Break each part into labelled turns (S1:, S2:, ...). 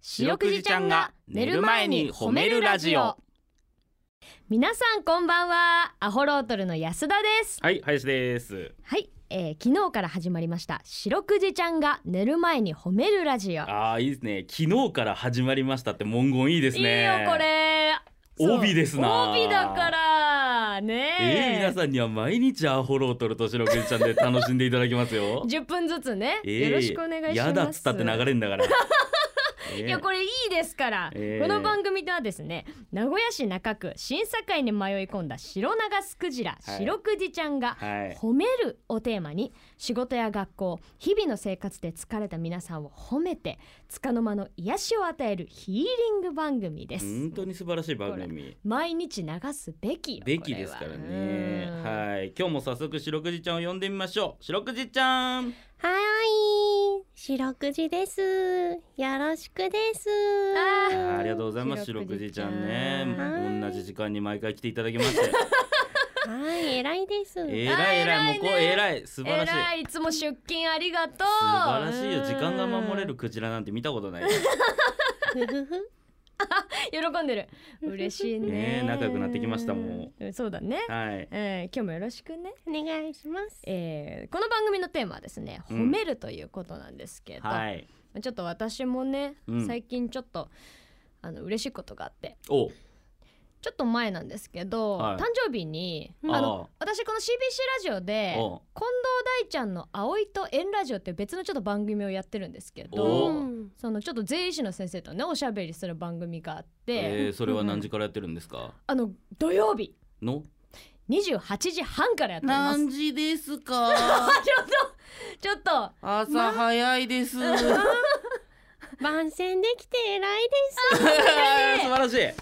S1: 白くじちゃんが寝る前に褒めるラジオ
S2: 皆さんこんばんはアホロートルの安田です
S1: はい林です
S2: はい、えー、昨日から始まりました白くじちゃんが寝る前に褒めるラジオ
S1: ああいいですね昨日から始まりましたって文言いいですね
S2: いいよこれそう
S1: 帯ですな
S2: 帯だからね
S1: えー、皆さんには毎日アホロートルと白くじちゃんで楽しんでいただきます よ
S2: 10分ずつね、
S1: えー
S2: よろしくお願いします
S1: やだっつったって流れ んだからえー
S2: いやこれいいですから、
S1: えー
S2: この番組ではですね名古屋市中区審査会に迷い込んだ白長スクジラ、
S1: はい
S2: 白クジちゃんが
S1: はい
S2: 褒めるをテーマに仕事や学校日々の生活で疲れた皆さんを褒めて束の間の癒しを与えるヒーリング番組です
S1: 本当に素晴らしい番組
S2: 毎日流すべきよ
S1: べきですから
S2: これ
S1: ね
S2: はうん
S1: はい今日も早速白くじちゃんを呼んでみましょう白くじちゃん
S3: はーい、白くじです。よろしくです。
S2: あ
S1: あーありがとうございます白
S2: 白
S1: く
S2: く
S1: じ
S2: じ
S1: ち
S2: ち
S1: ゃ
S2: ゃん
S1: んね
S3: は
S1: 同
S3: い
S1: じ時間に毎回来ていただき まして
S3: はい、偉いです。
S1: えらいえらいもうこうえらい素晴らしい
S2: えらいいつも出勤ありがとう素
S1: 素晴らしいよ時間が守れるクジラなんて見た ことないね
S3: ふふふ。
S2: 喜んでる嬉しいね
S1: ねえ仲良くなってきましたも
S2: うんそうだね、
S1: うはい
S2: えー、今日もよろしくね
S3: お願いします。
S2: えー、この番組のテーマはですね
S1: う
S2: 褒
S1: ん
S2: めるということなんですけど、
S1: はい
S2: ちょっと私もね、
S1: うん
S2: 最近ちょっとあの嬉しいことがあって
S1: お
S2: ちょっと前なんですけど、
S1: はい
S2: 誕生日に
S3: うん
S2: あ
S1: あ
S2: の私この CBC ラジオで
S1: お
S2: 近藤大ちゃんの「葵と縁ラジオ」っていう別のちょっと番組をやってるんですけ
S1: お
S2: ど
S3: うん
S2: そのちょっと税理士の先生とねおしゃべりする番組があって、
S1: えーそれは何時からやってるんですか
S2: あの土曜日
S1: の
S2: 28時半からやっております。
S1: 時ですか
S2: ちょっとちょっと
S1: 朝早いです 素
S3: 番宣できて偉いです。
S1: 晴らし
S2: 嬉
S1: い
S2: しいよ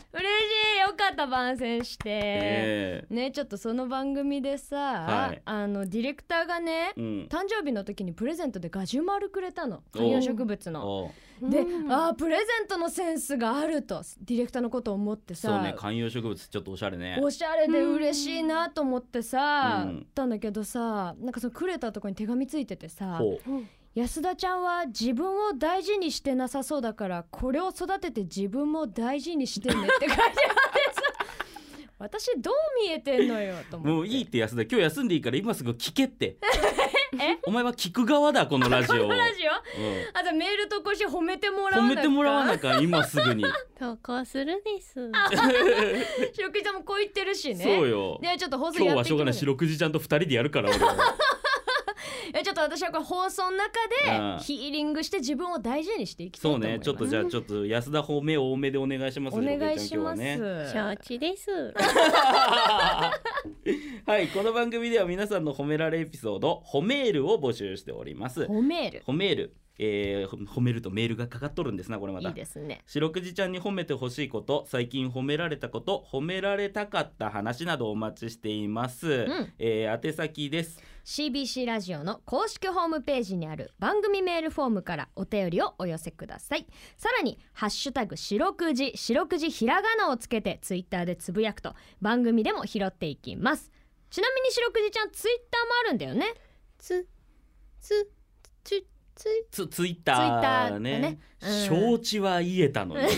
S2: かった番宣して。
S1: え
S2: ねちょっとその番組でさ、
S1: はい
S2: あのディレクターがね
S1: ーうん
S2: 誕生日の時にプレゼントでガジュマルくれたの
S1: お
S2: 観葉植物の。
S1: お
S2: で、
S3: うん
S2: あープレゼントのセンスがあるとディレクターのことを思ってさ
S1: そうね観葉植物ちょっとおしゃれね
S2: おしゃれで嬉しいなと思ってさ、
S1: うん
S2: たんだけどさなんかそのくれたとこに手紙ついててさ
S1: ほう
S2: 安田ちゃんは自分を大事にしてなさそうだからこれを育てて自分も大事にしてねって書いてあってさ私どう見えてんのよと思って
S1: もういいって安田今日休んでいいから今すぐ聞けって お前は聞く側だこのラジオを
S2: ラジオ
S1: うん
S2: あじゃあメールとこし褒めてもら
S1: 褒
S2: わな
S1: めてもらわ
S2: い
S1: なきゃ今すぐ に
S3: 投稿するです。
S2: 白くじさんもこう言ってるしね
S1: そうよ
S2: ねちょっと放送
S1: 今日
S2: やっ
S1: は
S2: て
S1: しょうがない白くじちゃんと二人でやるから俺は
S2: えちょっと私はこれ放送の中
S1: うん
S2: でヒーリングして自分を大事にしていきたいと
S1: そう
S2: 思います
S1: ねちょっとじゃあちょっと安田方面多めでお願いします
S2: お願い
S1: 白くじ
S2: し
S1: ちゃん今日は
S2: ます、
S1: ね
S3: 承知です。
S1: はいこの番組では皆さんの褒められエピソード褒めールを募集しております
S2: 褒める
S1: 褒めール、えーほ褒めるとメールがかかっとるんですなこれまた
S2: いいですね
S1: 白くじちゃんに褒めてほしいこと最近褒められたこと褒められたかった話などお待ちしています、
S2: ん
S1: えー宛先です
S2: CBC ラジオの公式ホームページにある番組メールフォームからお便りをお寄せくださいさらに「ハッシュタグ白くじ」「白くじひらがな」をつけてツイッターでつぶやくと番組でも拾っていきますちなみに白くじちゃんツイッターもあるんだよね
S3: つ、つ、つ、つ、
S1: ツツイッター
S2: ツ
S1: ね
S2: イッターだねうん
S1: 承知は言えたの にね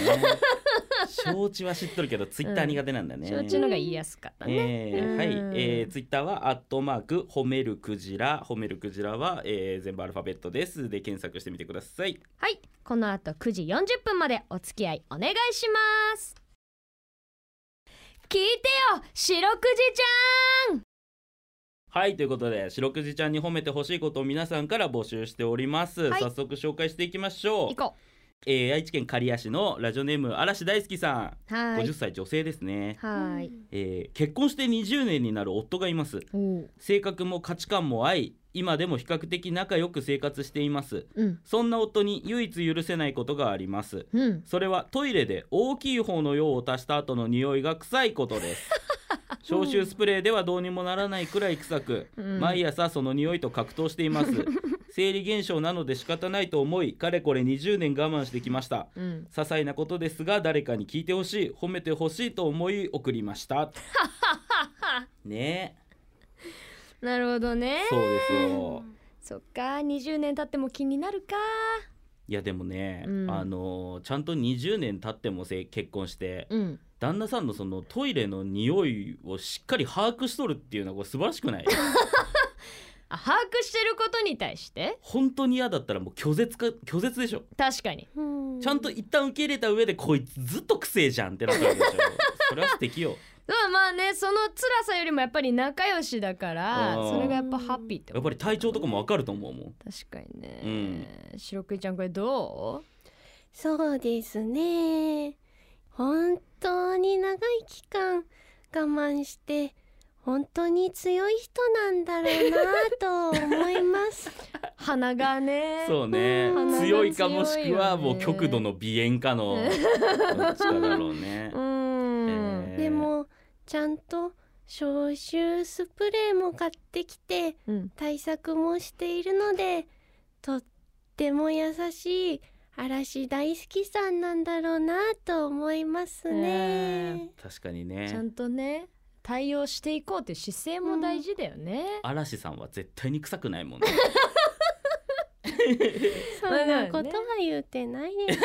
S1: 承知は知っとるけどツイッター苦手なんだね、
S2: 承知のが言いやすかったね、
S1: えー
S2: うん
S1: はい、えー、ツイッターはアットマーク褒めるクジラ褒めるクジラは、えー全部アルファベットですで検索してみてください
S2: はいこの後9時40分までお付き合いお願いします聞いてよ白くじちゃん
S1: はいということで白くじちゃんに褒めてほしいことを皆さんから募集しております、
S2: はい
S1: 早速紹介していきましょう
S2: 行、こ
S1: えー愛知県刈谷市のラジオネーム嵐大好きさ
S2: うは
S1: ん、
S2: ー
S1: 50
S2: い
S1: 歳女性ですね、
S2: はーい。
S1: えー結婚して20年になる夫がいます
S2: おう
S1: 性格も価値観も合い今でも比較的仲良く生活しています
S2: うん
S1: そんな夫に唯一許せないことがあります
S2: うん
S1: それはトイレで大きい方の用を足した後の匂いが臭いことです 消臭スプレーではどうにもならないくらい臭く、
S2: うん
S1: 毎朝その匂いと格闘して います生理現象なので仕方ないと思いかれこれ20年我慢してきました
S2: うん
S1: 些細なことですが誰かに聞いてほしい褒めてほしいと思い送りました ね
S2: なるほどね
S1: えそうですよ
S2: そっか20年経っても気になるか
S1: いやでもね、
S2: うん
S1: あのちゃんと20年経ってもせ結婚して、
S2: うん
S1: 旦那さんのそのトイレの匂いをしっかり把握しとるっていうのはこれ素晴らしく ない
S2: あ把握してることに対して
S1: 本当に嫌だったらもう拒絶か拒絶でしょ
S2: 確かに
S3: うん
S1: ちゃんと一旦受け入れた上でこいつずっとくせえじゃんってなったわけでしょそれは素 敵よ
S2: まあまあねその辛さよりもやっぱり仲良しだから
S1: うん
S2: それがやっぱハッピーって
S1: や
S2: こ
S1: っぱ
S2: と
S1: り体調とかもわかると思うもん
S2: 確かにね、白くじちゃんこれど
S3: そうですね本当に長い期間我慢して本当に強い人なんだろうなと思います
S2: う鼻がね
S1: そうね
S2: うん
S1: 強いかもしくはも
S2: 鼻が強いよ
S1: う
S2: ね
S1: 極度の鼻炎かのどっちかだろうね
S2: う、ん、
S1: えー
S3: でもちゃんと消臭スプレーも買ってきて
S2: うん、
S3: 対策もしているのでとっても優しい嵐大好きさんなんだろうなと思いますね。
S1: 確かに
S2: ちゃ
S1: ね
S2: んとね対応していこうっていう姿勢も大事だよね、
S1: 嵐さんは絶対に臭くな いもんね
S3: そんなことは言うてないです。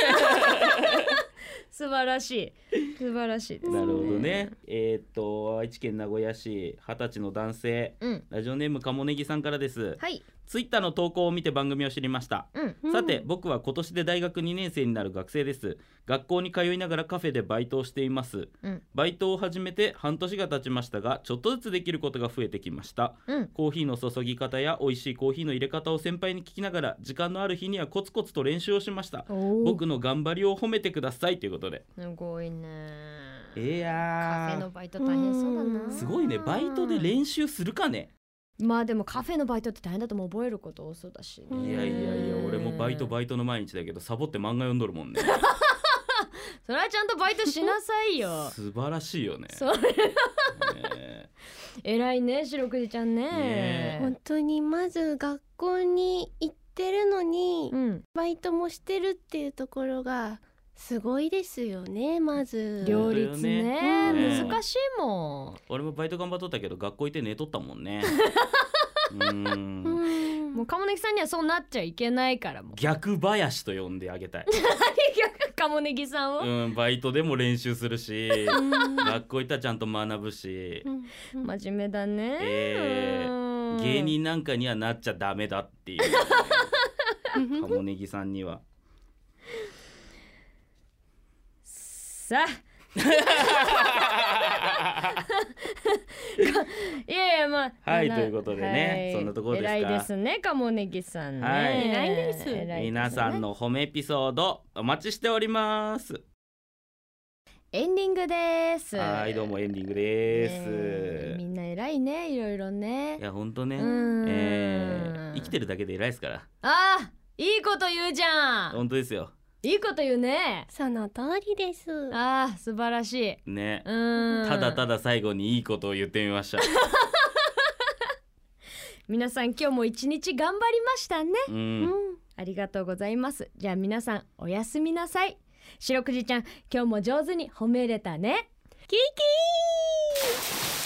S2: 素晴らしい素晴らしいですね
S1: なるほどねえーっと愛知県名古屋市二十歳の男性
S2: うん
S1: ラジオネームかもねぎさんからです
S2: はい
S1: ツイッターの投稿を見て番組を知りました
S2: うん
S3: うん
S1: さて僕は今年で大学2年生になる学生です学校に通いながらカフェでバイトをしています
S2: うん
S1: バイトを始めて半年が経ちましたがちょっとずつできることが増えてきました
S2: うん
S1: コーヒーの注ぎ方や美味しいコーヒーの入れ方を先輩に聞きながら時間のある日にはコツコツと練習をしました
S2: おー
S1: 僕の頑張りを褒めてくださいということです
S2: ごいね
S1: い
S2: カフェ
S1: や
S2: のバイト大変そうだ
S3: う
S2: なん
S1: ーすごいねバイトで練習するかね
S2: まあでもカフェのバイトって大変だともう覚えること多そうだし
S3: うん
S1: い
S2: ね
S1: やいやいや俺もバイト
S2: イ
S1: バイトの毎日だけどサボって漫画読んどるもんね
S2: トそれはちゃんとバイトしなさいよ
S1: 素晴らしいよね
S2: そう
S1: ね
S2: 偉いね白くじちゃんね
S1: ね
S3: 本当にまず学校に行ってるのに
S2: うん
S3: バイトもしてるっていうところがすごいですよねまず。
S1: 両
S2: 両立ね
S3: 本当
S1: ね
S3: よ
S2: 難しいも
S1: 俺もバイト頑張っとったけど学校行って寝とったもん ねうー
S3: うん
S2: ん
S3: ん
S2: もう鴨ネギさんにはそうなっちゃいけないからもう
S1: 逆林と呼んであげたい
S2: 逆鴨ネギさんを、
S1: うんバイトでも練習するし
S3: うん
S1: 学校行ったらちゃんと学ぶし
S3: うん
S2: 真面目だね、
S1: え
S2: うん
S1: 芸人なんかにはなっちゃダメだ っていうカモネギさんには
S2: さあいやいやまあ
S1: はい
S2: あの
S1: ということでねそんなところですか
S2: 偉いですねカモネギさんね、
S1: はい
S3: 偉いです
S2: 偉いね
S1: 皆さんの褒めエピソードお待ちしております
S2: エンディングです
S1: はいどうもエンディングで
S2: ねみんな偉いねいろいろね
S1: すいやほんとね
S2: うん
S1: えー生きてるだけで偉いですから
S2: あいいこと言うじゃん
S1: 本当ですよ
S2: いいこと言うね
S3: その通りです。
S2: あー素晴らしい
S1: ね
S2: うん
S1: ただただ最後にいいことを言ってみ ました
S2: 皆さん今日も一日頑張りましたね
S1: う、
S3: うんん
S2: ありがとうございますじゃあ皆さんおやすみなさい白くじちゃん今日も上手に褒めれたね
S3: キキー